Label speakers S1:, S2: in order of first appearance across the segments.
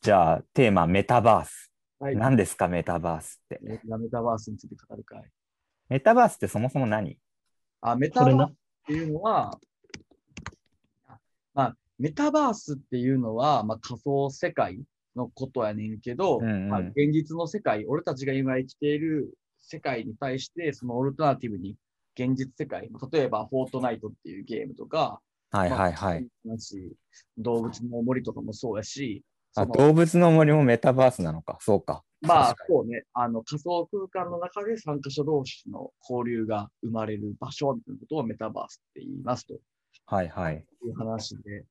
S1: じゃあ、テーマ、メタバース。
S2: はい。
S1: 何ですか、メタバースって。
S2: メタバースについて語る会。
S1: メタバースってそもそも何
S2: あ、メタ
S3: こ
S2: バ
S3: れ
S2: ースっ
S3: な。
S2: ていうのは、まあ、メタバースっていうのは、まあ、仮想世界のことやねんけど、
S1: うんうん
S2: まあ、現実の世界、俺たちが今生きている世界に対して、そのオルタナティブに現実世界、例えばフォートナイトっていうゲームとか、
S1: はいはいはい。
S2: まあ動物の森とかもそうやし、
S1: あ、
S2: その
S1: 動物の森もメタバースなのか。そうか。
S2: まあ
S1: 確か、
S2: そうね、あの仮想空間の中で参加者同士の交流が生まれる場所みたいなことをメタバースって言いますと
S1: はいはい。
S2: いう話で、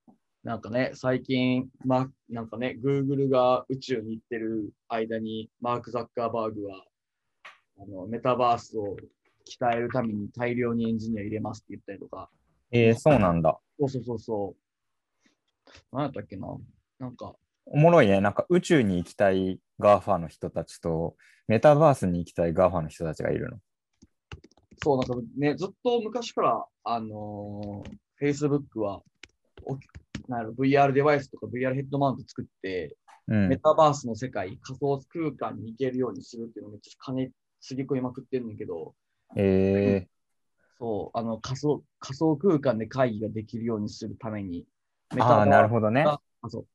S2: なんかね、最近、ま、なんかね、Google が宇宙に行ってる間に、マーク・ザッカーバーグは、あのメタバースを鍛えるために大量にエンジニア入れますって言ったりとか、
S1: えー、そうなんだ。
S2: そうそうそうそう、なんやったっけな、なんか、
S1: おもろいね。なんか宇宙に行きたいガーファの人たちと、メタバースに行きたいガーファの人たちがいるの。
S2: そう、なんかね、ずっと昔から、あのー、Facebook は、おなんやろ VR デバイスとか VR ヘッドマウント作って、
S1: う
S2: メ
S1: ん。
S2: タバースの世界、仮想空間に行けるようにするっていうのめっちゃ金つぎ込みまくってんねんけど、
S1: え
S2: そう、あの仮想、仮想空間で会議ができるようにするために、メ
S1: ー、ああ、なる
S2: ほ
S1: ほどね。
S2: ど。そう、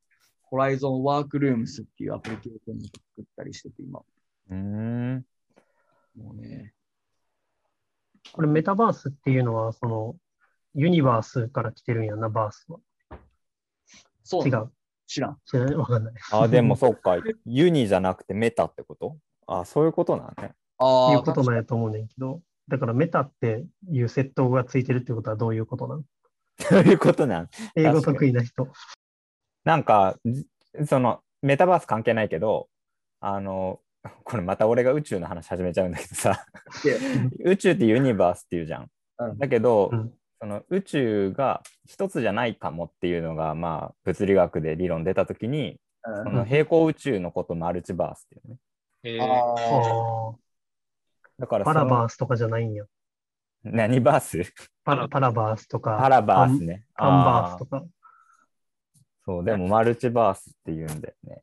S2: ホライゾンワークルームスっていうアプリケーションを作ったりしてて、今。
S1: うーん。
S2: もうね、
S3: これメタバースっていうのは、その、ユニバースから来てるんやな、バースは。
S2: そう
S3: 違
S2: なの
S3: う。
S2: 知らん。
S3: 知らないわかんない。
S1: あ、でもそう か。ユニじゃなくてメタってことあ、そういうことなんね。
S2: ああ、
S3: いうことなんやと思うねんけど、だからメタっていう窃盗がついてるってことはどういうことなの
S1: そういうことなん。
S3: 英語得意な人。
S1: なんか、じその、メタバース関係ないけど、あの、 これまた俺が宇宙の話始めちゃうんだけどさ、
S2: で
S1: 宇宙ってユニバースっていうじゃん。
S2: うん
S1: だけど、
S3: うん
S1: その宇宙が一つじゃないかもっていうのが、まあ、物理学で理論出た時に、
S2: うん
S1: その平行宇宙のことマルチバースっていうね。
S4: えー、
S2: あー
S3: あ
S1: だから
S3: あ、
S1: そ
S3: パ
S1: の
S3: ラバースとかじゃないんや。
S1: 何バース
S3: パラパラバースとか、
S1: パラバースね。
S3: パンバースと
S1: あー
S3: か。
S1: そう、でもマルチバースっていうんだよね。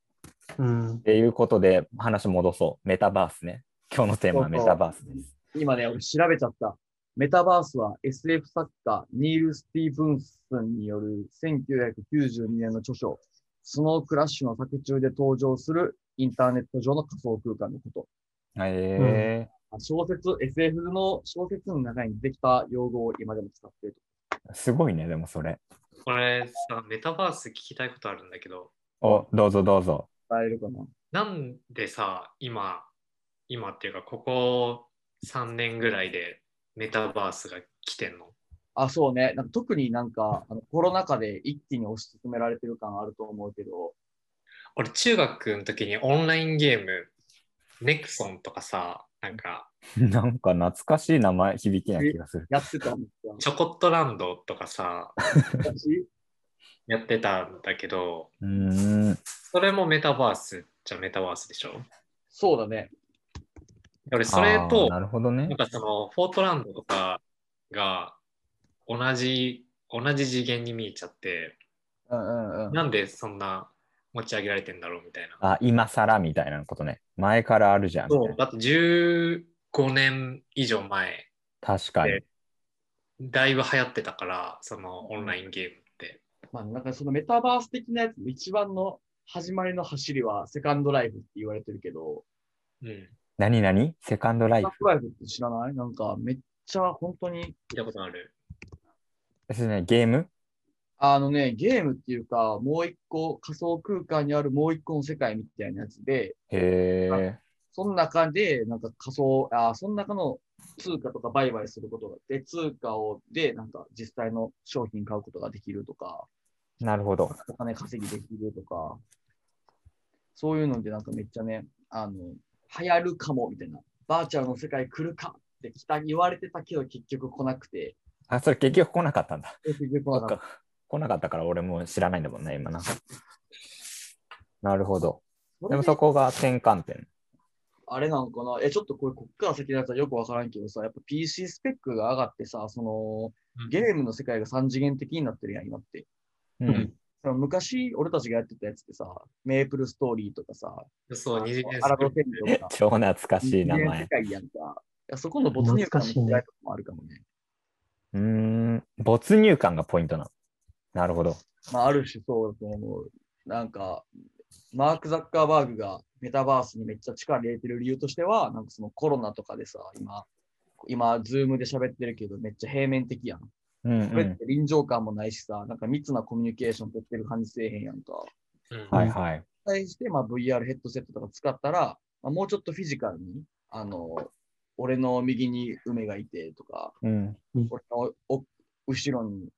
S3: うん
S1: っ。ていうことで話戻そう。メタバースね。今日のテーマはメタバースです。
S2: 今ね、俺調べちゃった。メタバースは SF 作家ニール・スティーブンスンによる1992年の著書、スノークラッシュの作中で登場するインターネット上の仮想空間のこと。
S1: へえ
S2: あ小説、SF の小説の中にできた用語を今でも使っている。
S1: すごいね、でもそれ。
S4: これさ、メタバース聞きたいことあるんだけど、
S1: お、どうぞどうぞ。
S2: 使えるかな
S4: なんでさ、今、今っていうか、ここ3年ぐらいでメタバースが来てんの
S2: あ、そうね。なんか特になんかあのコロナ禍で一気に推し進められてる感あると思うけど、
S4: 俺、中学の時にオンラインゲーム、ネクソンとかさ、なんか、
S1: なんか懐かしい名前、響きな気がする。
S2: やってたん です
S4: チョコットランドとかさ、
S2: が、私、
S4: やってたんだけど、
S1: うーん。
S4: それもメタバースじゃメタバースでしょ
S2: そうだね。
S4: 俺、それと
S1: あー、なるほど
S4: な
S1: ね
S4: ん。かその、フォートランドとかが同じ、同じ次元に見えちゃって、
S2: うんうんうん。
S4: なんでそんな持ち上げられてんだろうみたいな。
S1: あ、今更みたいなことね。前からあるじゃん。みたい
S4: そうだって15年以上前、
S1: な確かに。
S4: でだいぶ流行ってたから、そのオンラインゲームって。
S2: まあ、なんかそのメタバース的なやつの一番の始まりの走りはセカンドライフって言われてるけど、
S4: うん。
S1: 何何セカンドライ
S2: セ
S1: フ
S2: カン。ドライフって知らないなんかめっちゃ本当に、
S4: 見たことある。
S1: ですね、ゲーム
S2: あのね、ゲームっていうか、もう一個仮想空間にあるもう一個の世界みたいなやつで、
S1: へえ。
S2: その中でなんか仮想、あその中の通貨とか売買することがで、通貨をでなんか実際の商品買うことができるとか、
S1: なるほど。
S2: お金稼ぎできるとか、そういうのでなんかめっちゃね、あの、流行るかもみたいな、バーチャルの世界来るかって期待言われてたけど結局来なくて、
S1: あ、それ結局来なかったんだ。
S2: 結局来
S1: そ
S2: な
S1: っ
S2: かっ
S1: か。来なかったから俺も知らないんだもんね、今な。なるほど。
S2: た
S1: でも
S2: そ
S1: そ
S2: れで
S1: こが転換点。
S2: あれなのかなえ、ちょっとこれ、こっから先のやつはよくわからんけどさ、やっぱ PC スペックが上がってさ、その、ゲームの世界が三次元的になってるやん、今って。
S1: う
S3: うん
S1: ん。
S2: その昔、俺たちがやってたやつってさ、メープルストーリーとかさ、
S4: そう、二次元
S2: アラ
S4: ス
S2: ド
S4: ク
S2: 天領とか、
S1: 超懐かしい名
S2: 二次元世
S1: 前。
S2: 界やんか。いやそこの没入感の違いとかもあるかもね。
S1: うーん、没入感がポイントなの。なるほど。
S2: まあ、ある種そうだと思う。なんか、マーク・ザッカーバーグがメタバースにめっちゃ力入れてる理由としては、なんかそのコロナとかでさ、今、今、ズームで喋ってるけど、めっちゃ平面的やん。
S1: うん、う
S2: それっ
S1: ん。
S2: て臨場感もないしさ、なんか密なコミュニケーション取ってる感じせえへんやんか。
S4: うん
S1: はいはい。
S2: 対して、まあ、VR ヘッドセットとか使ったら、まあ、もうちょっとフィジカルに、あの、俺の右に梅がいてとか、
S1: うん。
S2: 俺のお後ろに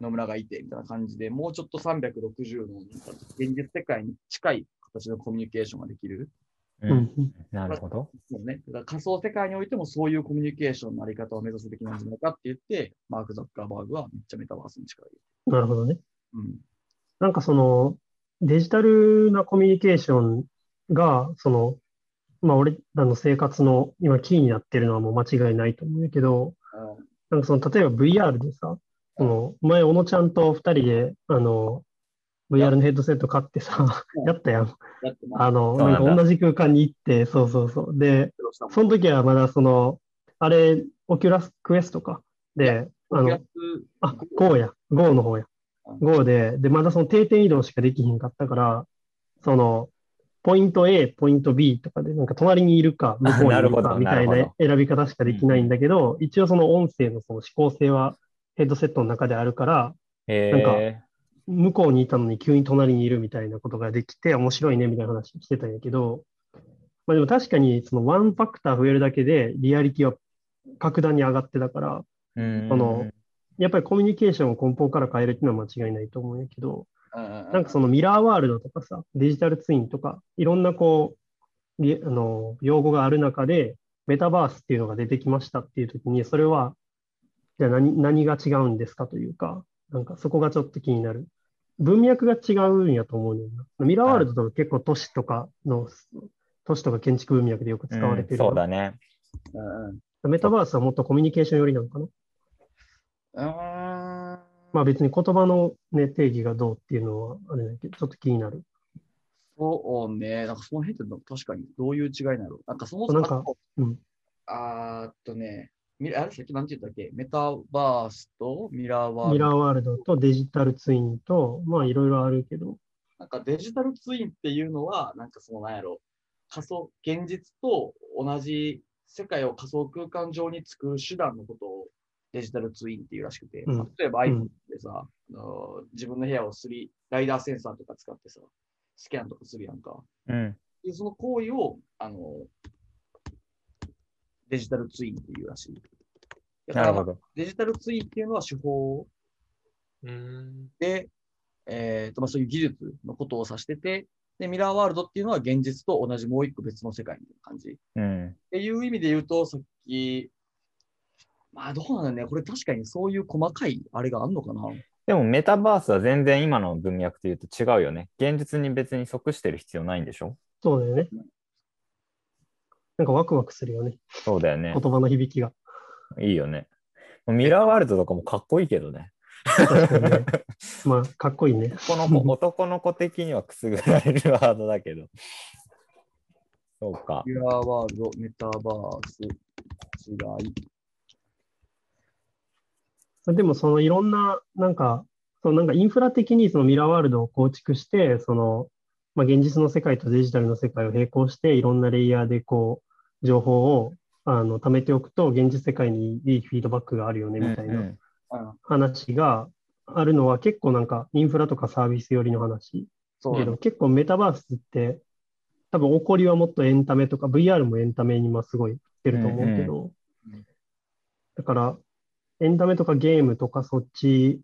S2: 野村がいてみたいな感じで、もうちょっと360のなんか現実世界に近い形のコミュニケーションができる。
S1: う、
S3: うんん。
S1: なるほど。
S2: そうね、だから仮想世界においてもそういうコミュニケーションのあり方を目指すべきなんじゃないかって言って、マーク・ザッカーバーグはめっちゃメタバースに近い。
S3: なるほどね。
S2: うん。
S3: なんかその、デジタルなコミュニケーションが、その、まあ俺らの生活の今キーになってるのはもう間違いないと思うけど、なんかその、例えば VR でさ、その、前、小野ちゃんと二人で、あの、VR のヘッドセット買ってさ
S2: う、ん
S3: やったやん。
S2: だってまあ、
S3: あの、
S1: そうな
S3: な
S1: んん
S3: か
S1: だ
S3: 同じ空間に行って、そうそうそう。で、
S2: 苦労したもん
S3: その時はまだその、あれ、オキュラスクエストか。で、あの、あ、GO や。GO の方や
S2: うん。
S3: GO で、で、まだその定点移動しかできひんかったから、その、ポイント A、ポイント B とかで、なんか隣にいる か、向こうにい
S1: なる
S3: る
S1: ほ
S3: か
S1: ど
S3: みたい
S1: なる
S3: な
S1: ほ
S3: 選び方しかできないんだけど、一応その音声のその指向性はヘッドセットの中であるから、
S1: え
S3: なんか
S1: ー、
S3: 向こうにいたのに急に隣にいるみたいなことができて面白いねみたいな話してたんやけど、まあでも確かにそのワンファクター増えるだけでリアリティは格段に上がってたから、
S1: うん
S3: その、やっぱりコミュニケーションを根本から変えるっていうのは間違いないと思うんやけど、
S2: な
S3: なんかそのミラーワールドとかさ、デジタルツインとか、いろんなこう、りあの、用語がある中で、メタバースっていうのが出てきましたっていう時に、それは、じゃあ何、何が違うんですかというか、なんかそこがちょっと気になる。文脈が違うんやと思うねんな。ミラーワールドとか結構都市とかの、都市とか建築文脈でよく使われてる
S1: うん
S3: よ
S1: そうだね。
S2: うんうん
S3: メタバースはもっとコミュニケーション寄りなのかな
S2: うーん
S3: まあ別に言葉の、ね、定義がどうっていうのはあれだけど、ちょっと気になる。
S2: そうね。なんかその辺っての確かにどういう違いなのなんかそもそも
S3: なんかうん
S2: あーっとね、みあれさっき何て言ったっけメタバースとミラーワール
S3: ミラー
S2: ド。
S3: ワールドとデジタルツインと、まあいろいろあるけど、
S2: なんかデジタルツインっていうのは、なんかそのなんやろ、仮想、現実と同じ世界を仮想空間上に作る手段のことをデジタルツインっていうらしくて、
S3: うん
S2: 例えば
S3: う
S2: iPhone
S3: ん、
S2: でさ、あの自分の部屋をスリライダーセンサーとか使ってさ、スキャンとかするやんか。
S1: うん。
S2: で、その行為を、あの、デジタルツインっていうらしい。だか
S1: な
S2: ら
S1: るほど。
S2: デジタルツインっていうのは手法
S4: うん
S2: で、えーとまあ、そういう技術のことを指してて、で、ミラーワールドっていうのは現実と同じもう一個別の世界みたいな感じ。っ
S1: うん。
S2: ていう意味で言うと、さっき、まあどうなんだろうね。これ確かにそういう細かいあれがあるのかな。
S1: でもメタバースは全然今の文脈というと違うよね。現実に別に即してる必要ないんでしょ
S3: そうだよね。なんかワクワクするよね。
S1: そうだよね
S3: 言。葉の響きが。
S1: いいよね。ミラーワールドとかもかっこいいけどね。
S3: 確かにね。まあ、かっこいいね。
S1: この 子、男の子的にはくすぐられるワードだけど。そうか。
S2: ミラーワールド、メタバース、違い。
S3: でも、そのいろんな、なんか、そのなんかインフラ的にそのミラーワールドを構築して、その、まあ、現実の世界とデジタルの世界を並行して、いろんなレイヤーでこう、情報を、あの、貯めておくと、現実世界にいいフィードバックがあるよね、みたいな。
S1: うん
S2: うん、
S3: 話があるのは結構なんかインフラとかサービス寄りの話
S2: そう
S3: だ
S2: だ
S3: け
S2: ね
S3: ど結構メタバースって多分起こりはもっとエンタメとか VR もエンタメに今すごい出ると思うけど
S2: うんうん
S3: だからエンタメとかゲームとかそっち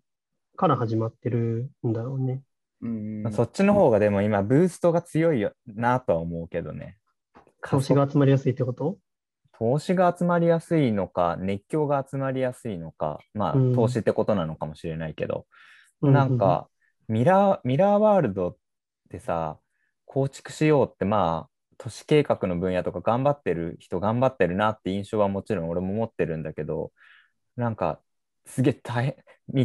S3: から始まってるんだろうね。
S2: うん
S1: うんそっちの方がでも今ブーストが強いよなとは思うけどね。
S3: 投資が集まりやすいってこと
S1: 投資が集まりやすいのか、熱狂が集まりやすいのか、まあ
S3: うん、
S1: 投資ってことなのかもしれないけど、
S3: う
S1: なんか、ミラー、ミラーワールドってさ、構築しようって、まあ、都市計画の分野とか頑張ってる人頑張ってるなって印象はもちろん俺も持ってるんだけど、なんか、すげえ大変、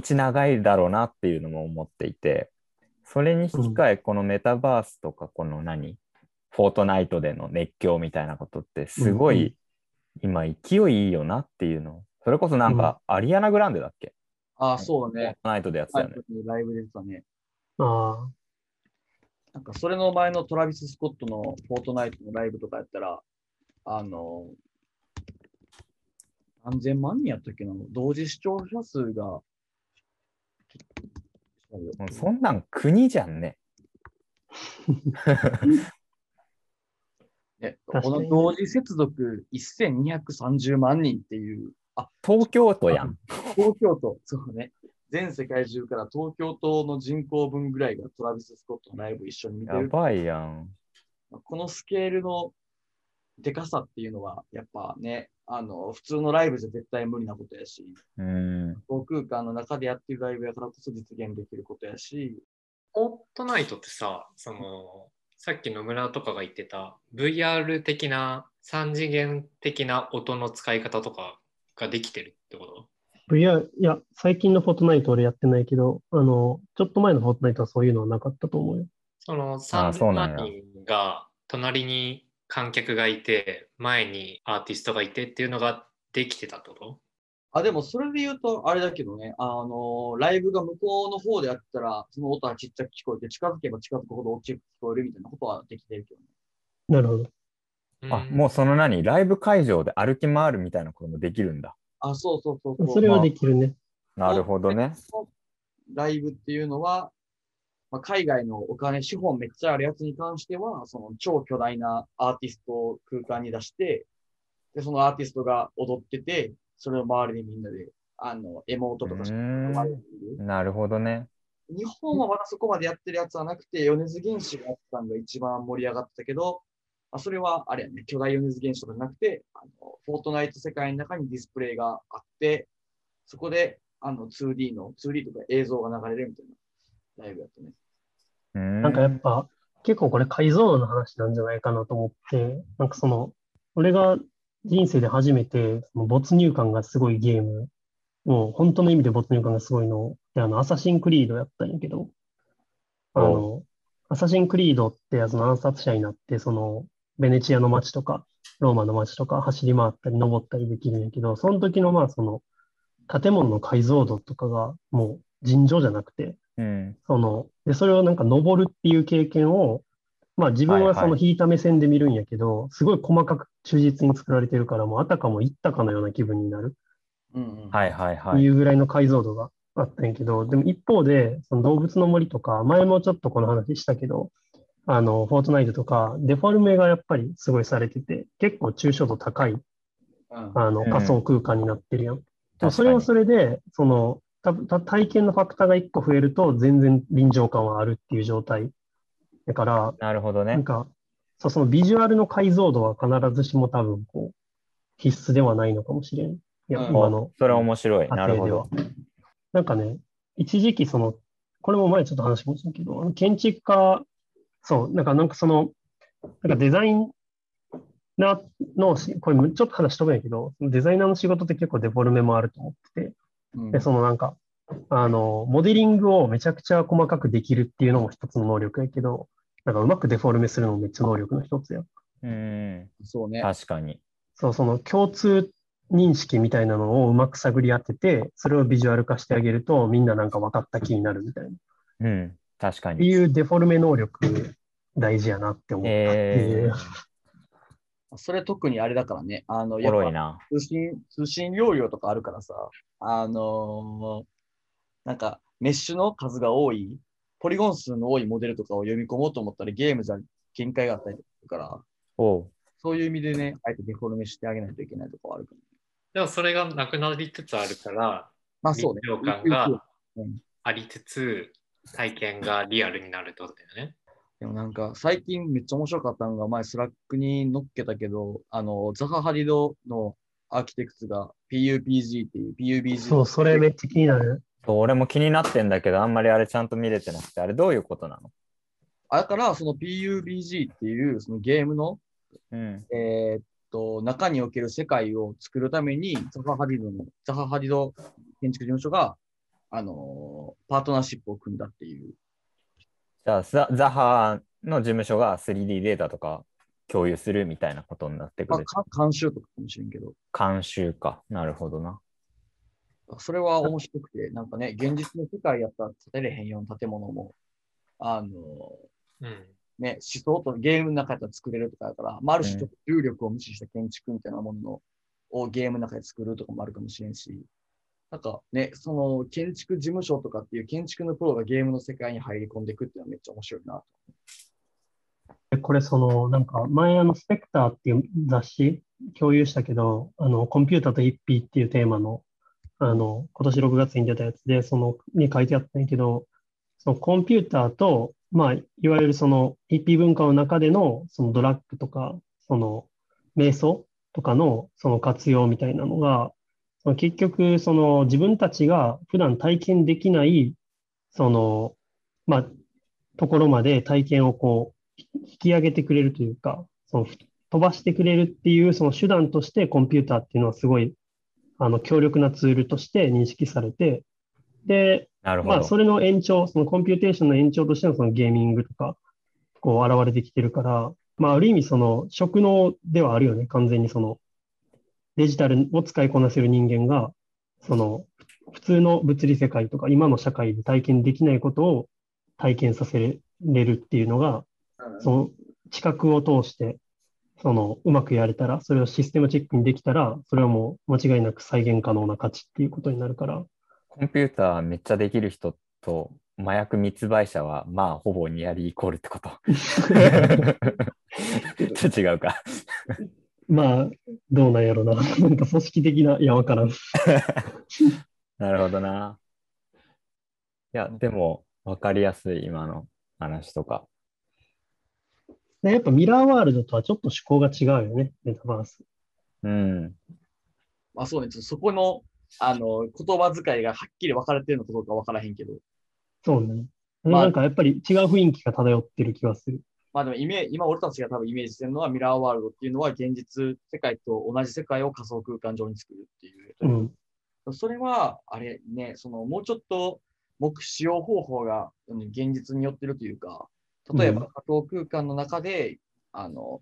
S1: 道長いだろうなっていうのも思っていて、それに引き換え、このメタバースとか、この何、フォートナイトでの熱狂みたいなことって、すごい、今、勢いいいよなっていうの。それこそなんか、アリアナ・グランデだっけ
S2: ああ、そう
S1: フォー
S2: ね。
S1: トナイトでやってた
S2: ライ
S1: よね。
S2: ブでライブ出てたね。
S3: あ
S2: なんかそれの前のトラビス・スコットのフォートナイトのライブとかやったら、あの、何千万人やったっけな同時視聴者数が、
S1: もうそんなん国じゃんね。
S2: ね、こ
S3: 確か
S2: の
S3: に
S2: 同時接続1230万人っていう、
S1: 東京都やん。
S2: 東京都、そうね、全世界中から東京都の人口分ぐらいがトラビス・スコットのライブ一緒に見て
S1: や
S2: る。
S1: ばいやん。
S2: このスケールのでかさっていうのは、やっぱね、あの、普通のライブじゃ絶対無理なことやし、
S1: うん。
S2: 航空間の中でやってるライブやからこそ実現できることやし、
S4: フォートナイトってさ、その、さっき野村とかが言ってた VR 的な3次元的な音の使い方とかができてるってこと
S3: あ。VR、いや、最近のフォートナイト俺やってないけど、あの、ちょっと前のフォートナイトはそういうのはなかったと思うよ。
S4: その
S1: あそう
S4: 3
S1: なん
S4: 万
S1: だ
S4: 人が隣に観客がいて前にアーティストがいてっていうのができてたってこと
S2: あ、でもそれで言うと、あれだけどね、あの、ライブが向こうの方でやったら、その音はちっちゃく聞こえて、近づけば近づくほど大きく聞こえるみたいなことはできてるけどね。
S3: なるほど。
S1: あ、
S4: ん
S1: もうその何ライブ会場で歩き回るみたいなこともできるんだ。
S2: あ、そうそうそうそう。
S3: それはできるね。
S1: なるほどね。。
S2: ライブっていうのは、まあ、海外のお金、資本めっちゃあるやつに関しては、その超巨大なアーティストを空間に出して、で、そのアーティストが踊ってて、それを周りでみんなで、あの、エモートとかして
S1: うーん
S2: 踊ってる
S1: なるほどね。
S2: 日本はまだそこまでやってるやつはなくて、米津玄師がやってたのが一番盛り上がったけど、あそれはあれやね、巨大米津玄師とかじゃなくてあの、フォートナイト世界の中にディスプレイがあって、そこであの 2D の、2D とか映像が流れるみたいなライブやったね。
S1: な
S3: なんかやっぱ、結構これ解像度の話なんじゃないかなと思って、なんかその、俺が人生で初めて、その没入感がすごいゲーム、もう本当の意味で没入感がすごいのをで、あの、アサシンクリードやったんやけど、あの、アサシンクリードってやつの暗殺者になって、その、ベネチアの街とか、ローマの街とか走り回ったり登ったりできるんやけど、その時のまあその、建物の解像度とかがもう尋常じゃなくて、
S1: うん。
S3: その、で、それをなんか登るっていう経験を、まあ自分はそ
S1: はい
S3: の
S1: は
S3: 引いた目線で見るんやけど、すごい細かく忠実に作られてるから、もうあたかも行ったかのような気分になる
S2: うんうん、い。
S1: はいはい
S3: って
S1: はいい。
S3: うぐらいの解像度があったんやけど、でも一方で、その動物の森とか、前もちょっとこの話したけど、あの、フォートナイトとか、デフォルメがやっぱりすごいされてて、結構抽象度高い、
S2: うん、
S3: あの、
S1: うん
S3: 仮想空間になってるやん。でも
S1: 確
S3: それ
S1: か
S3: は
S1: に
S3: それで、その、たた体験のファクターが1個増えると、全然臨場感はあるっていう状態。だから、
S1: なるほど
S3: なん
S1: ね。
S3: か、そうそのビジュアルの解像度は必ずしも多分、こう、必須ではないのかもしれん。いや、
S2: うん
S3: 今の
S1: おそれ面白い。な
S3: 家
S1: る
S3: 庭
S1: ほ
S3: では
S1: ど。。
S3: なんかね、一時期その、これも前ちょっと話しましたけど、あの建築家、そう、なんかなんかその、なんかデザイナーのし、これちょっと話飛ぶんやけど、デザイナーの仕事って結構デフォルメもあると思ってて、
S2: うん
S3: で、そのなんか、あの、モデリングをめちゃくちゃ細かくできるっていうのも一つの能力やけど、なんかうまくデフォルメするのもめっちゃ能力の一つやん。
S1: うん。
S2: そうね。
S1: 確かに。
S3: そう、その共通認識みたいなのをうまく探り当てて、それをビジュアル化してあげると、みんななんか分かった気になるみたいな。っ
S1: うん。確か
S3: て
S1: に。
S3: いうデフォルメ能力、大事やなって思ったってい
S1: え
S3: う。
S2: それ特にあれだからね、あの、
S1: ー、お
S2: や
S1: も
S2: っぱ
S1: ろいな。
S2: 通信、通信容量とかあるからさ、あのーなんか、メッシュの数が多い、ポリゴン数の多いモデルとかを読み込もうと思ったらゲームじゃ限界があったりするから、
S1: おう。
S2: そういう意味でね、あえてデフォルメしてあげないといけないとこはあるから。
S4: でもそれがなくなりつつあるから
S2: まあそうね。
S4: 臨場感が
S2: うん
S4: ありつつ体験がリアルになるってことだよね。
S2: でもなんか、最近めっちゃ面白かったのが、前スラックに載っけたけど、あの、ザハハリドのアーキテクツが PUBG っていう PUBG。
S3: そう、それめっちゃ気になる。
S1: そう俺も気になってんだけど、あんまりあれちゃんと見れてなくて、あれどういうことなの
S2: だから、その PUBG っていうそのゲームの
S1: うん。
S2: えーっと、中における世界を作るために、ザハハディドの、ザハハディド建築事務所が、あのーパートナーシップを組んだっていう
S1: じゃあザ、ザハの事務所が 3D データとか共有するみたいなことになってく
S2: まあ、
S1: る。
S2: か監修とかかもしれんけど、
S1: 監修か。なるほどな。
S2: それは面白くて、なんかね、現実の世界やったら建てれへんような建物も、あの、
S4: うん。
S2: ね、思想とゲームの中で作れるとかだから、まあ、ある種ちょっと重力を無視した建築みたいなもののをゲームの中で作るとかもあるかもしれんし、なんかね、その建築事務所とかっていう建築のプロがゲームの世界に入り込んでいくっていうのはめっちゃ面白いな。
S3: でこれその、なんか前あのスペクターっていう雑誌共有したけど、あの、コンピューターとヒッピーっていうテーマの、あの、今年6月に出たやつで、その、に書いてあったんやけど、そのコンピューターと、まあ、いわゆるそのヒッピー文化の中での、そのドラッグとか、その、瞑想とかの、その活用みたいなのが、その結局、その自分たちが普段体験できない、その、まあ、ところまで体験をこう、引き上げてくれるというか、その飛ばしてくれるっていうその手段としてコンピューターっていうのはすごいあの強力なツールとして認識されて、で、
S1: なるほど。
S3: まあそれの延長、そのコンピューテーションの延長としてのそのゲーミングとか、こう現れてきてるから、まあある意味その職能ではあるよね、完全にそのデジタルを使いこなせる人間が、その普通の物理世界とか今の社会で体験できないことを体験させれるっていうのが、その知覚を通して、そのうまくやれたら、それをシステムチックにできたら、それはもう間違いなく再現可能な価値っていうことになるから、
S1: コンピューターめっちゃできる人と麻薬密売者はまあほぼニアリーイコールって こと。 ちょっと違うか。
S3: まあ、どうなんやろな。なんか組織的な、いや、わからん。
S1: なるほどな。いや、でも分かりやすい今の話とか。
S3: ねやっぱミラーワールドとはちょっと趣向が違うよね、メタバース。
S1: うん。
S2: まあそうね、ちょっとそこの、あの、言葉遣いがはっきり分かれてるのかどうか分からへんけど、
S3: そうね。
S2: まあ
S3: なんかやっぱり違う雰囲気が漂ってる気がする。
S2: まあでもイメージ今俺たちが多分イメージしてるのはミラーワールドっていうのは現実世界と同じ世界を仮想空間上に作るっていう。
S3: うん。
S2: それは、あれね、そのもうちょっと目使用方法がうん現実によってるというか、例えば
S3: う
S2: 仮想空間の中で、あの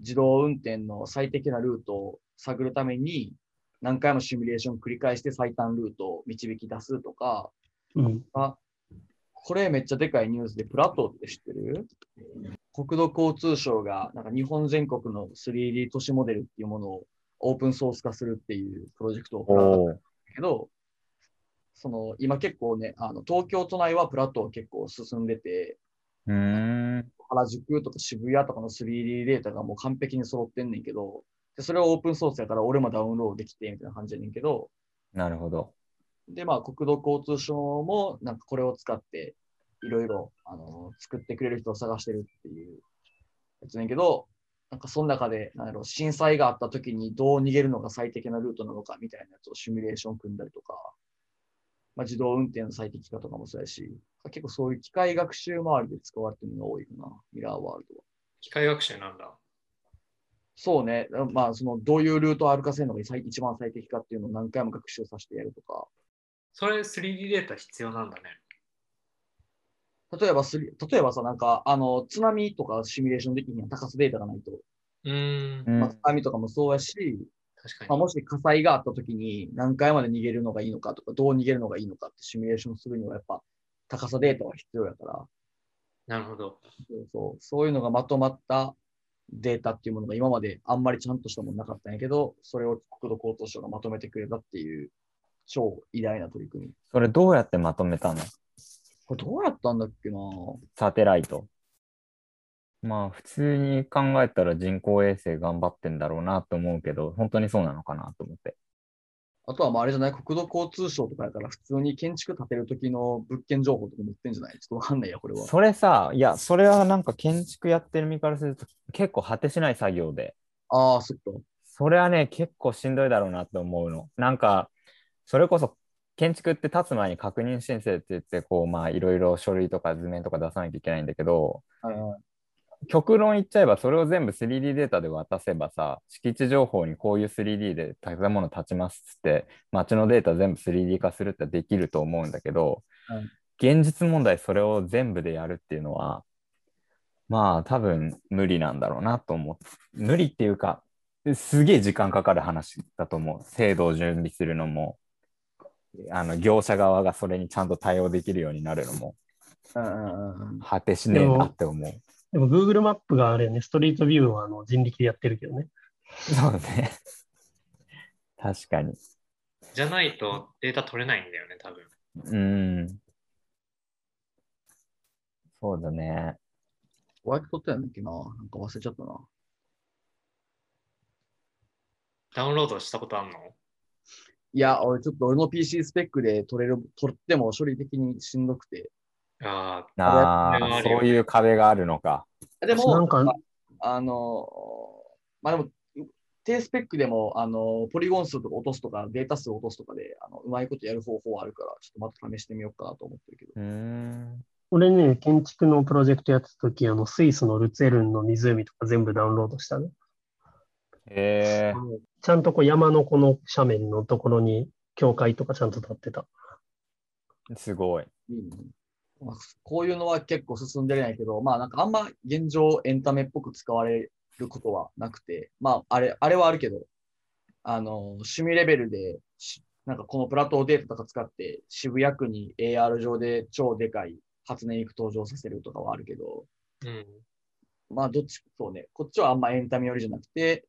S2: 自動運転の最適なルートを探るために、何回もシミュレーションを繰り返して最短ルートを導き出すとか、
S3: うん。
S2: あ、これめっちゃでかいニュースで、プラトーって知ってる国土交通省がなんか日本全国の 3D 都市モデルっていうものをオープンソース化するっていうプロジェクトをプラトー
S1: おお。
S2: けど、その今結構ね、あの東京都内はプラットは結構進んでて、
S1: うーん。
S2: 原宿とか渋谷とかの 3D データがもう完璧に揃ってんねんけど、でそれをオープンソースやから俺もダウンロードできてみたいな感じやねんけど、
S1: なるほど。
S2: で、まあ国土交通省もなんかこれを使っていろいろあの作ってくれる人を探してるっていうやつねんけど、なんかその中で、なんやろ、震災があった時にどう逃げるのが最適なルートなのかみたいなやつをシミュレーション組んだりとか、まあ、自動運転の最適化とかもそうやし、結構そういう機械学習周りで使われてるのが多いかな、ミラーワールドは。
S4: 機械学習なんだ。
S2: そうね、まあそのどういうルートを歩かせるのが最一番最適かっていうのを何回も学習させてやるとか、
S4: それ 3D データ必要なんだね。
S2: 例えばすり、例えばさ、なんか、あの、津波とかシミュレーションできひんやん、高さデータがないと。
S4: うーん
S1: う、
S2: まあ、
S1: ん
S2: 津、波とかもそうやし、
S4: 確か
S2: まあ、
S4: に。
S2: もし火災があった時に何回まで逃げるのがいいのかとか、どう逃げるのがいいのかってシミュレーションするにはやっぱ高さデータは必要やから、
S4: なるほど。
S2: そうそうそういうのがまとまったデータっていうものが今まであんまりちゃんとしたものなかったんやけど、それを国土交通省がまとめてくれたっていう超偉大な取り組み。
S1: それどうやってまとめたの
S2: これどうやったんだっけな
S1: サテライト。まあ普通に考えたら人工衛星頑張ってんだろうなと思うけど、本当にそうなのかなと思って。
S2: あとはまああれじゃない、国土交通省とかやから、普通に建築建てる時の物件情報とか持ってんじゃないちょっとわかんないや、これは。
S1: それさ、いや、それはなんか建築やってる身からすると結構果てしない作業で、
S2: ああ、そっか。
S1: それはね、結構しんどいだろうなと思うの。なんか、それこそ建築って立つ前に確認申請って言って、こう、まあいろいろ書類とか図面とか出さなきゃいけないんだけど、
S2: はいはい
S1: 極論言っちゃえばそれを全部 3D データで渡せばさ、敷地情報にこういう 3D で建物立ちますっつって、街のデータ全部 3D 化するってできると思うんだけど、
S2: うん
S1: 現実問題それを全部でやるっていうのは、まあ多分無理なんだろうなと思う。無理っていうか、すげえ時間かかる話だと思う。制度を準備するのも、あの業者側がそれにちゃんと対応できるようになるのも、
S2: うんうんうんうん。
S1: 果てしねえなって思う。
S3: でも Google マップがあれよね、ストリートビューはあの人力でやってるけどね。
S1: そうね。確かに。
S4: じゃないとデータ取れないんだよね、多分。
S1: うん。そうだね。
S2: ホワイト取ってたんだっけななんか忘れちゃったな。
S4: ダウンロードしたことあんの
S2: いや、俺ちょっと俺の PC スペックで取れる、取っても処理的にしんどくて。
S4: ああ、
S1: あ
S4: これ
S1: あ、
S4: はあるよ
S1: そういう壁があるのか。
S2: でも、
S3: なんか
S2: あの、まあでも、低スペックでも、あの、ポリゴン数とか落とすとか、データ数落とすとかで、あのうまいことやる方法はあるから、ちょっとまた試してみようかなと思ってるけど。
S1: うん。
S3: 俺ね、建築のプロジェクトやってた時、あの、スイスのルツェルンの湖とか全部ダウンロードしたね。
S1: ええ
S3: ちゃんとこう山のこの斜面のところに教会とかちゃんと立ってた。
S1: すごい。
S2: いいねまあこういうのは結構進んでるんやけど、まあなんかあんま現状エンタメっぽく使われることはなくて、まああれ、あれはあるけど、あの、趣味レベルでし、なんかこのプラトーデータとか使って渋谷区に AR 上で超でかい初音ミク登場させるとかはあるけど、
S4: うん。
S2: まあどっち、そうね、こっちはあんまエンタメ寄りじゃなくて、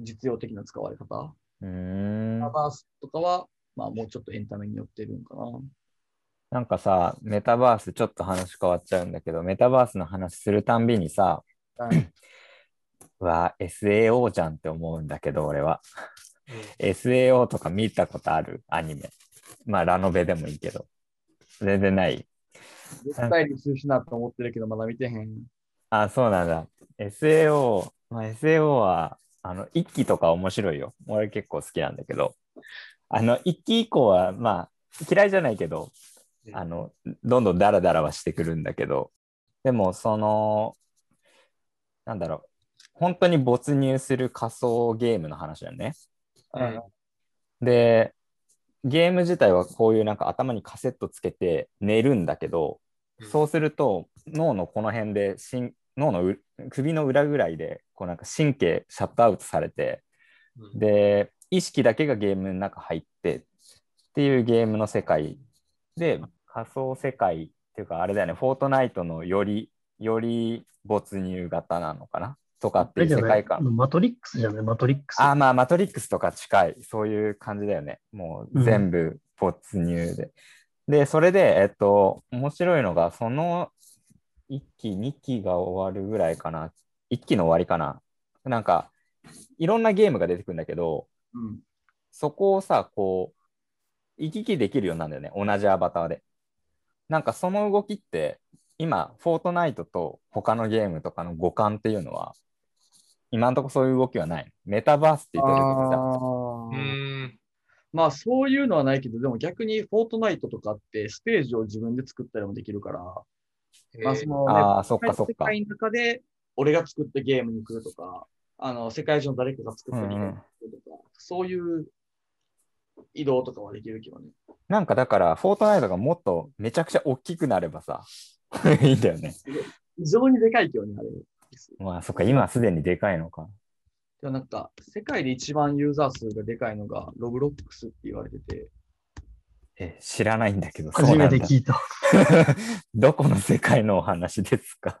S2: 実用的な使われ方。
S1: うーん
S2: メタ。バースとかは、まあもうちょっとエンタメに寄ってるんかな。
S1: なんかさ、メタバース、ちょっと話変わっちゃうんだけど、メタバースの話するたんびにさ、
S2: うん
S1: うわ、SAO じゃんって思うんだけど、俺は。
S4: うん
S1: SAO とか見たことあるアニメ。まあ、ラノベでもいいけど。全然ない。
S2: 絶対に通しなと思ってるけど、まだ見てへん。
S1: あ、そうなんだ。SAO、まあ、SAO は、あの、一期とか面白いよ。俺結構好きなんだけど。あの、一期以降は、まあ、嫌いじゃないけど、あの、どんどんダラダラはしてくるんだけど、でも、その、なんだろう、本当に没入する仮想ゲームの話だよね。
S4: うん
S1: で、ゲーム自体はこういうなんか頭にカセットつけて寝るんだけど、そうすると脳のこの辺でしん脳のう首の裏ぐらいでこうなんか神経シャットアウトされて
S4: うん、
S1: で意識だけがゲームの中入ってっていうゲームの世界で仮想世界っていうかあれだよねフォートナイトのよりより没入型なのかなとかっていう世界
S3: あれじゃない
S1: 観
S3: マトリックスじゃないマトリックス。
S1: あまあマトリックスとか近いそういう感じだよねもう全部没入で、でそれでえっと面白いのがその1期2期が終わるぐらいかな1期の終わりかななんかいろんなゲームが出てくるんだけど
S2: うん。
S1: そこをさこう行き来できるようになるんだよね同じアバターでなんかその動きって今フォートナイトと他のゲームとかの互換っていうのは今んとこそういう動きはないメタバースって言った時にさ
S2: あ
S4: う
S2: ー
S4: ーん。
S2: まあそういうのはないけど、でも逆にフォートナイトとかってステージを自分で作ったりもできるから、まあそのね
S1: あーそっかそっか
S2: 世界の中で俺が作ったゲームに来るとか、あの世界中の誰かが作ったゲームに来るとか、そういう移動とかはできるけどね。
S1: なんかだから、フォートナイトがもっとめちゃくちゃ大きくなればさ、 いいんだよね。
S2: 非常にでかいけどね、あれ。で
S1: まあそっか、今すでにでかいのか。
S2: もなんか、世界で一番ユーザー数がでかいのがロブロックスって言われてて、
S1: え、知らないんだけど、そ
S3: 初
S1: うな
S3: め
S1: ん
S3: て
S1: だ。
S3: 聞いた。
S1: どこの世界のお話ですか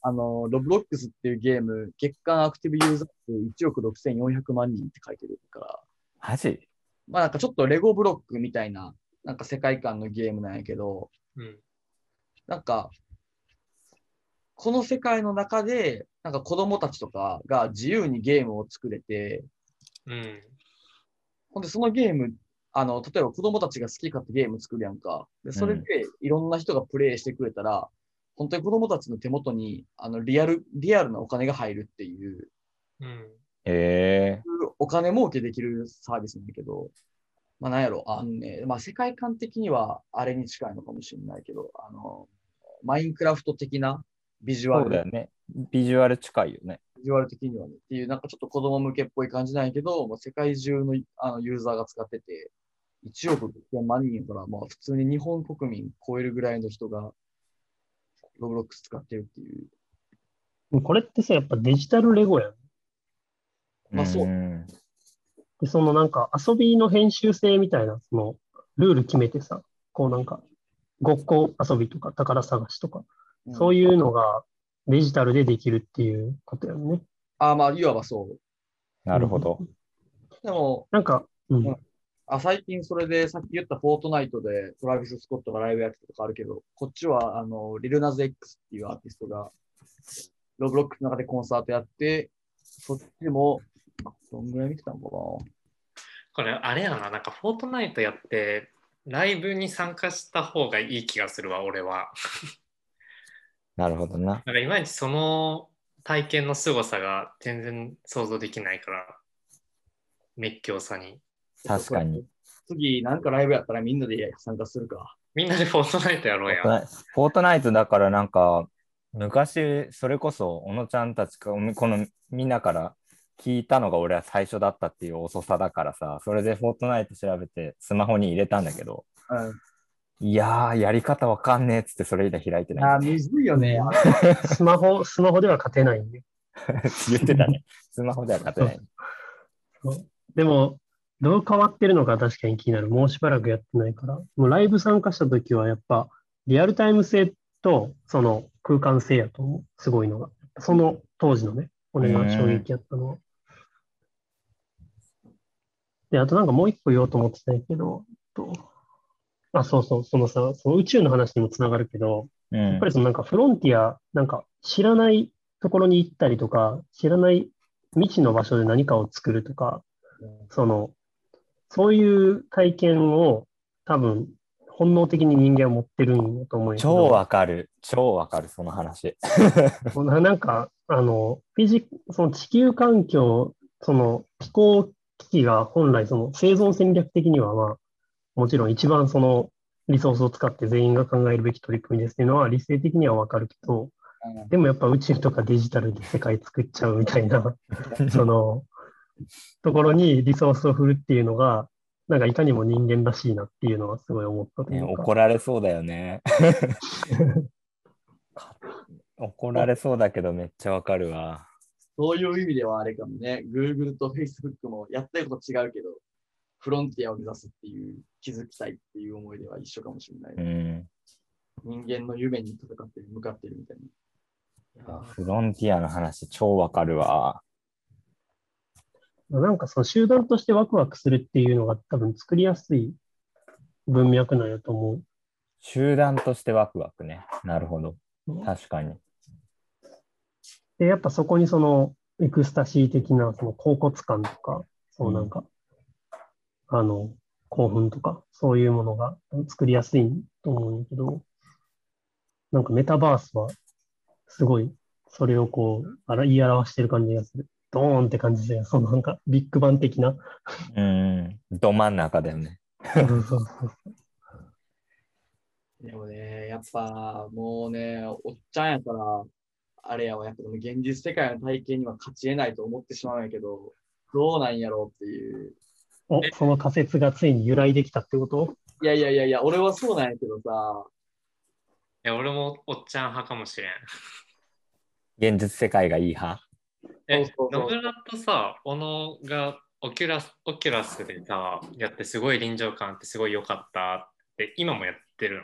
S2: あの、ロブロックスっていうゲーム、月間アクティブユーザー数1億6400万人って書いてるから、
S1: マジ
S2: まあなんかちょっとレゴブロックみたいな、なんか世界観のゲームなんやけど、
S4: うん。
S2: なんか、この世界の中で、なんか子供たちとかが自由にゲームを作れて、
S4: うん。
S2: ほんでそのゲーム、あの、例えば子供たちが好き勝手ゲーム作るやんか。で、それでいろんな人がプレイしてくれたら、本当に子供たちの手元に、あの、リアル、リアルなお金が入るっていう、
S4: うん。
S1: え
S2: お金儲けできるサービスなんだけど、まあなんやろ、あのね、まあ世界観的にはあれに近いのかもしれないけど、あの、マインクラフト的なビジ
S1: ー、
S2: ュア
S1: そう
S2: ル
S1: だよね。ビジュアル近いよね。
S2: ビジュアル的にはね、っていう、なんかちょっと子供向けっぽい感じなんやけど、もう世界中のあのユーザーが使ってて、 1億5000万人やから、まあ普通に日本国民超えるぐらいの人が、ロブロックス使ってるっていう。
S3: もうこれってさ、やっぱデジタルレゴやん。
S2: まあそう。
S1: ん
S3: で、そのなんか遊びの編集性みたいな、そのルール決めてさ、こうなんか、ごっこ遊びとか宝探しとか、そ
S2: いううん。
S3: いうのがデジタルでできるっていうことやんね。
S2: あまあ、いわばそう。
S1: なるほど。
S2: でも、
S3: なんか、うん
S2: うんあ最近それでさっき言ったフォートナイトでトラビス・スコットがライブやってたとかあるけど、こっちはあのリルナズ X っていうアーティストがロブロックスの中でコンサートやって、そっちもどんぐらい見てたのか
S4: これあれやな、なんかフォートナイトやって、ライブに参加した方がいい気がするわ、俺は。
S1: なるほどな。
S4: なんかいまいちその体験の凄さが全然想像できないから、熱狂さに。
S2: な
S1: 確かに。。
S2: 次なんかライブやったらみんなで参加するか。
S4: みんなでフォートナイトやろうや。
S1: フォートナイトだからなんか、昔、それこそ、小野ちゃんたちか、このみんなから聞いたのが俺は最初だったっていう遅さだからさ、それでフォートナイト調べてスマホに入れたんだけど、いやー、やり方わかんねえっつってそれ以来開いて
S2: うん、
S1: ない
S2: あ、。むずいよね。
S3: スマホ、スマホでは勝てないんで。
S1: 言ってたね。スマホでは勝てない。
S3: でも、どう変わってるのか確かに気になる。もうしばらくやってないから。もうライブ参加した時はやっぱ、リアルタイム性と、その空間性やと思う。すごいのが。その当時のね、俺が衝撃やったのは。で、あとなんかもう一個言おうと思ってたんやけど、とあ、そうそう、そのさ、その宇宙の話にもつながるけど、
S1: う
S3: やっ
S1: ん
S3: ぱ。りそのなんかフロンティア、なんか知らないところに行ったりとか、知らない未知の場所で何かを作るとか、その、そういう体験を多分本能的に人間は持ってるんだと思うんやけ
S1: 超
S3: ど
S1: わかる。超わかる、その話。
S3: ななんか、あの、フィジその地球環境、その気候危機が本来その生存戦略的にはまあ、もちろん一番そのリソースを使って全員が考えるべき取り組みですっていうのは理性的にはわかるけど、でもやっぱ宇宙とかデジタルで世界作っちゃうみた いな、その、ところにリソースを振るっていうのが、なんかいかにも人間らしいなっていうのはすごい思ったとい
S1: ね、
S3: うか。
S1: 怒られそうだよね。怒られそうだけどめっちゃわかるわ。
S2: そういう意味ではあれかもね。Google と Facebook もやってること違うけど、フロンティアを目指すっていう、気づきたいっていう思いでは一緒かもしれない。
S1: うん。
S2: 人間の夢に戦ってる、向かってるみたいな。
S1: フロンティアの話超わかるわ。
S3: なんかその集団としてワクワクするっていうのが多分作りやすい文脈なんやと思う。
S1: 集団としてワクワクね。なるほど。確かに。
S3: で、やっぱそこにそのエクスタシー的なその恍惚感とか、そうなんか、あの、興奮とか、そういうものが作りやすいと思うんだけど、なんかメタバースは、すごい、それをこう、あら言い表してる感じがする。ドーンって感じで、そのなんか、ビッグバン的な。
S1: うん。ど真ん中だよね。
S3: そうそうそうそう
S2: でもね、やっぱもうね、おっちゃんやから、あれやわ、やっぱでも現実世界の体験には勝ち得ないと思ってしまうんやけど、どうなんやろうっていう。
S3: お、その仮説がついに由来できたってこと
S2: いやいやいやいや、俺はそうなんやけどさ、
S4: いや、俺もおっちゃん派かもしれん。
S1: 現実世界がいい派。
S4: え
S2: そうそう、そう
S4: 野村とさ、小野がオキュラス、オキュラスでさ、やってすごい臨場感あってすごい良かったって、今もやってる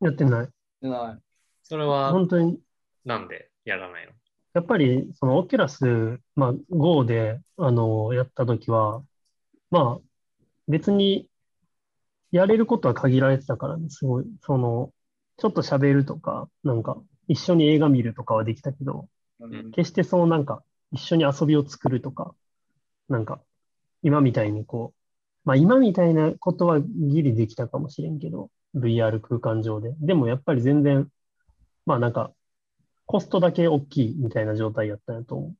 S4: の
S3: やってない。
S2: な
S4: それは
S3: 本当に
S4: なんでやらないの
S3: やっぱり、そのオキュラス、まあ、Go で、あの、やったときは、まあ、別に、やれることは限られてたからね、すごい。その、ちょっと喋るとか、なんか、一緒に映画見るとかはできたけど、
S2: うん
S3: 決してそのなんか、一緒に遊びを作るとか、なんか、今みたいにこう、まあ今みたいなことはギリできたかもしれんけど、VR 空間上で。でもやっぱり全然、まあなんか、コストだけ大きいみたいな状態やったんやと思う。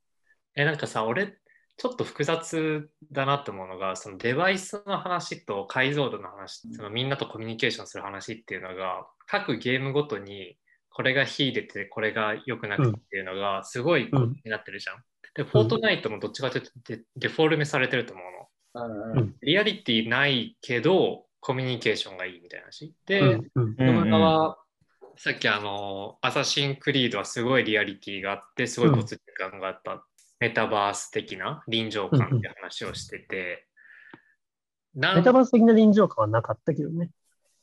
S4: え、なんかさ、俺、ちょっと複雑だなって思うのが、そのデバイスの話と解像度の話、そのみんなとコミュニケーションする話っていうのが、各ゲームごとに、これが秀でて、これが良くなくてっていうのが、すごい
S3: うん
S4: になってるじゃん。で、フォートナイトもどっちかというとデデフォルメされてると思うの。
S2: うんう
S3: う
S2: んん
S4: リアリティないけど、コミュニケーションがいいみたいな話。で、
S3: うん
S1: うん
S4: 信長は、さっきあの、アサシンクリードはすごいリアリティがあって、すごい没入感があった、メタバース的な臨場感って話をしてて、な
S3: メ
S4: ん
S3: タバース的な臨場感はなかったけどね。単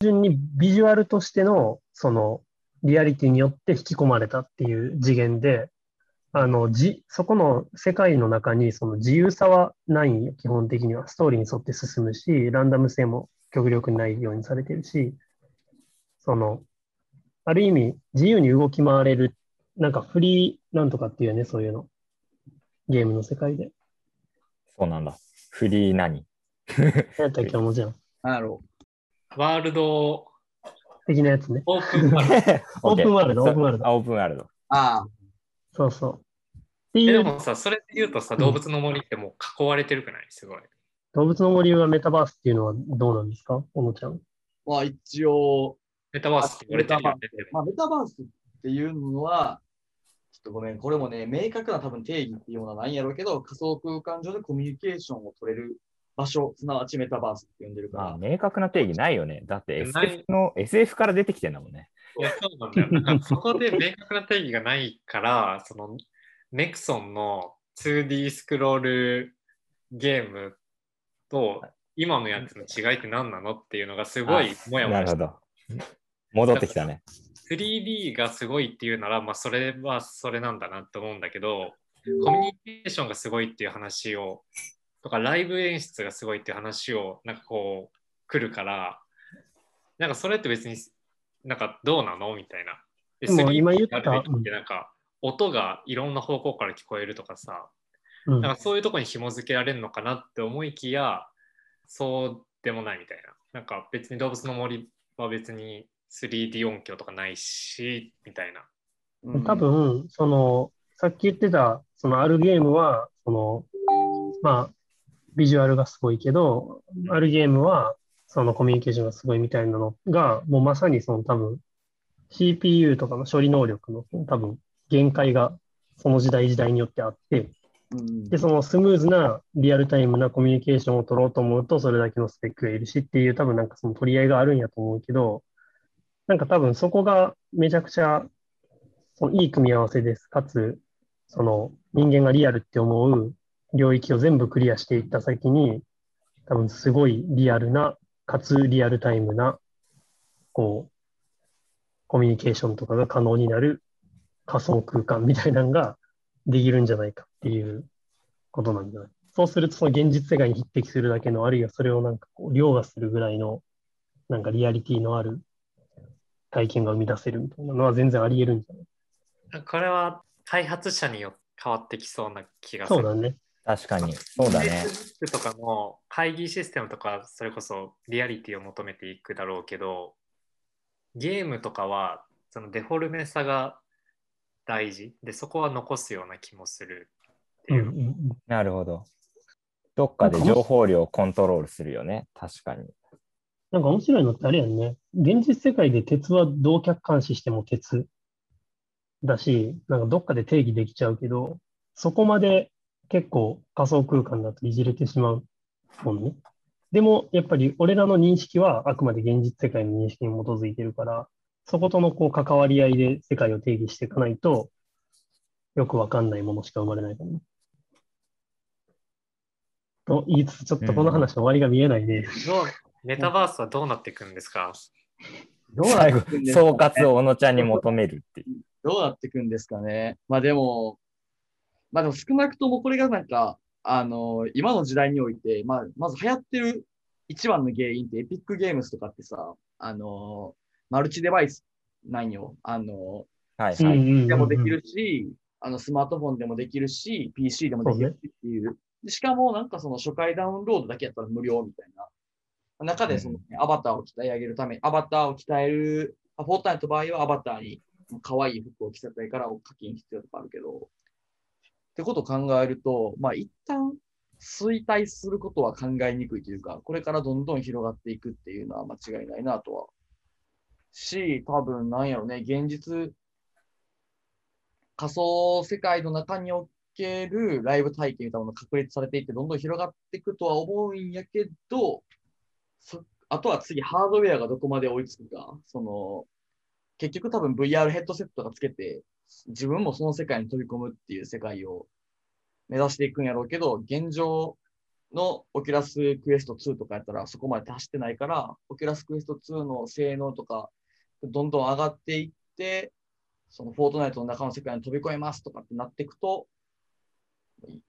S3: 純にビジュアルとしての、その、リアリティによって引き込まれたっていう次元で、あの、じ、そこの世界の中に、その自由さはないんよ基本的には。ストーリーに沿って進むし、ランダム性も極力ないようにされてるし、その、ある意味、自由に動き回れる、なんかフリーなんとかっていうよね、そういうの。ゲームの世界で。
S1: そうなんだ。フリー何
S3: 何やったっけ、もちろん。
S2: なんやろ
S4: ワールド
S3: 的なやつね。
S4: オープンワールド
S3: オープンワールド
S1: OK
S3: オープンワールド
S1: あオープンワールド。
S2: う。ああ、
S3: そうそう。って
S4: え
S3: い
S4: で
S3: う
S4: もさ、それで言うとさ、
S3: うん
S4: 動物の森ってもう囲われてるくないすごい。
S3: 動物の森はメタバースっていうのはどうなんですかおのちゃん。
S2: まあ一応、
S4: メタバースって言われてるよね。
S2: まあメタバースっていうのは、ちょっとごめん、これもね、明確な多分定義っていうものはないんやろうけど、仮想空間上でコミュニケーションを取れる場所、すなわちメタバースって呼んでるから。
S1: まあ、明確な定義ないよね。だって
S4: ない
S1: SF の SF から出てきてんだもんね。
S4: いやそうなんだよ。 なんかそこで明確な定義がないから、そのネクソンの 2D スクロールゲームと今のやつの違いって何なのっていうのがすごいもやも
S1: な
S4: や
S1: る
S4: し
S1: ほ
S4: て
S1: ど。戻ってきたね。
S4: 3D がすごいっていうなら、まあ、それはそれなんだなって思うんだけど、コミュニケーションがすごいっていう話を、とかライブ演出がすごいっていう話を、なんかこう、来るから、なんかそれって別に、なんかどうなのみたいな。で
S3: でも今言っ
S4: 3D
S3: た
S4: があるべきって、なんか音がいろんな方向から聞こえるとかさ、
S3: うん
S4: なんかそういうとこに紐づけられるのかなって思いきや、そうでもないみたいな。なんか別に動物の森は別に 3D 音響とかないし、みたいな。
S2: うん
S3: 多、分、その、さっき言ってた、そのあるゲームは、その、まあ、ビジュアルがすごいけど、あるゲームは、そのコミュニケーションがすごいみたいなのが、もうまさにその多分、CPU とかの処理能力の多分、限界が、その時代時代によってあって、
S2: うん
S3: で、そのスムーズなリアルタイムなコミュニケーションを取ろうと思うと、それだけのスペックがいるしっていう、多分なんかその取り合いがあるんやと思うけど、なんか多分そこがめちゃくちゃ、そのいい組み合わせです。かつ、その人間がリアルって思う領域を全部クリアしていった先に、多分すごいリアルな、かつリアルタイムな、こう、コミュニケーションとかが可能になる仮想空間みたいなのができるんじゃないかっていうことなんじゃないそうすると、その現実世界に匹敵するだけの、あるいはそれをなんかこう、凌駕するぐらいの、なんかリアリティのある体験が生み出せるみたいなのは全然あり得るんじゃない
S4: これは開発者によって変わってきそうな気がする。
S3: そうだね。
S1: 確かに。そうだね。
S4: Facebook とかの会議システムとか、それこそリアリティを求めていくだろうけど、ゲームとかはそのデフォルメさが大事で、そこは残すような気もするって
S3: う
S4: い
S3: ん
S4: う。
S3: うんうん
S1: なるほど。どっかで情報量をコントロールするよね。確かに。
S3: なんか面白いのってあれやんね。現実世界で鉄はどう客観視しても鉄だし、なんかどっかで定義できちゃうけど、そこまで結構仮想空間だといじれてしまうもんね。でもやっぱり俺らの認識はあくまで現実世界の認識に基づいてるから、そことのこう関わり合いで世界を定義していかないと、よくわかんないものしか生まれないかもね。と言いつつ、ちょっとこの話の終わりが見えないね。
S4: どうメタバースはどうなっていくんですか
S2: どうな
S1: 最
S2: っ
S1: 後
S2: てくんですかね
S1: 総括を小野ちゃんに求めるっていう。
S2: どうなってくんですかね。まあでも、まあでも少なくともこれがなんか、あの、今の時代において、まあ、まず流行ってる一番の原因ってエピックゲームスとかってさ、あの、マルチデバイスなんよ。あの、
S1: はい
S3: うん
S1: は
S3: うん
S1: い。
S3: うんうん
S2: でもできるし、あのスマートフォンでもできるし、PC でもできるしっていう。でしかも、なんかその初回ダウンロードだけやったら無料みたいな。中でその、アバターを鍛え上げるため、アバターを鍛える、あフォートナイトの場合はアバターに可愛い服を着せたいから課金必要とかあるけど。ってことを考えると、まあ一旦衰退することは考えにくいというか、これからどんどん広がっていくっていうのは間違いないなとは。し、多分なんやろね、現実、仮想世界の中におけるライブ体験みたいなものが確立されていって、どんどん広がっていくとは思うんやけど、そあとは次、ハードウェアがどこまで追いつくか、その、結局多分 VR ヘッドセットがつけて、自分もその世界に飛び込むっていう世界を目指していくんやろうけど、現状のオキュラスクエスト2とかやったらそこまで達してないから、オキュラスクエスト2の性能とか、どんどん上がっていって、そのフォートナイトの中の世界に飛び越えますとかってなっていくと、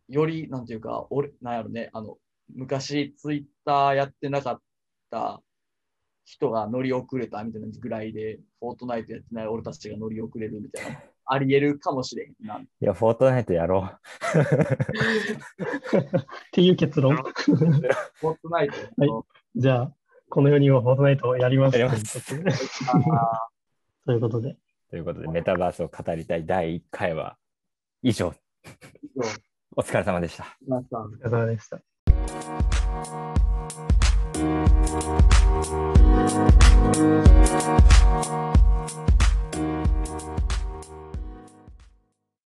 S2: より、なんていうか、俺、なんやろね、あの、昔ツイッターやってなかった人が乗り遅れたみたいなぐらいで、フォートナイトやってない俺たちが乗り遅れるみたいな、あり得るかもしれへんな。
S1: いや、フォートナイトやろ
S3: っていう結論。
S2: フォートナイトの、
S3: じゃあ、この世にはフォートナイトをやります。
S1: やります
S2: あ
S3: ということで、
S1: う。ということで、メタバースを語りたい第1回は以上、
S2: ー以上
S1: お疲れ様でした。
S2: ました。
S3: お疲れ様でした。
S5: 「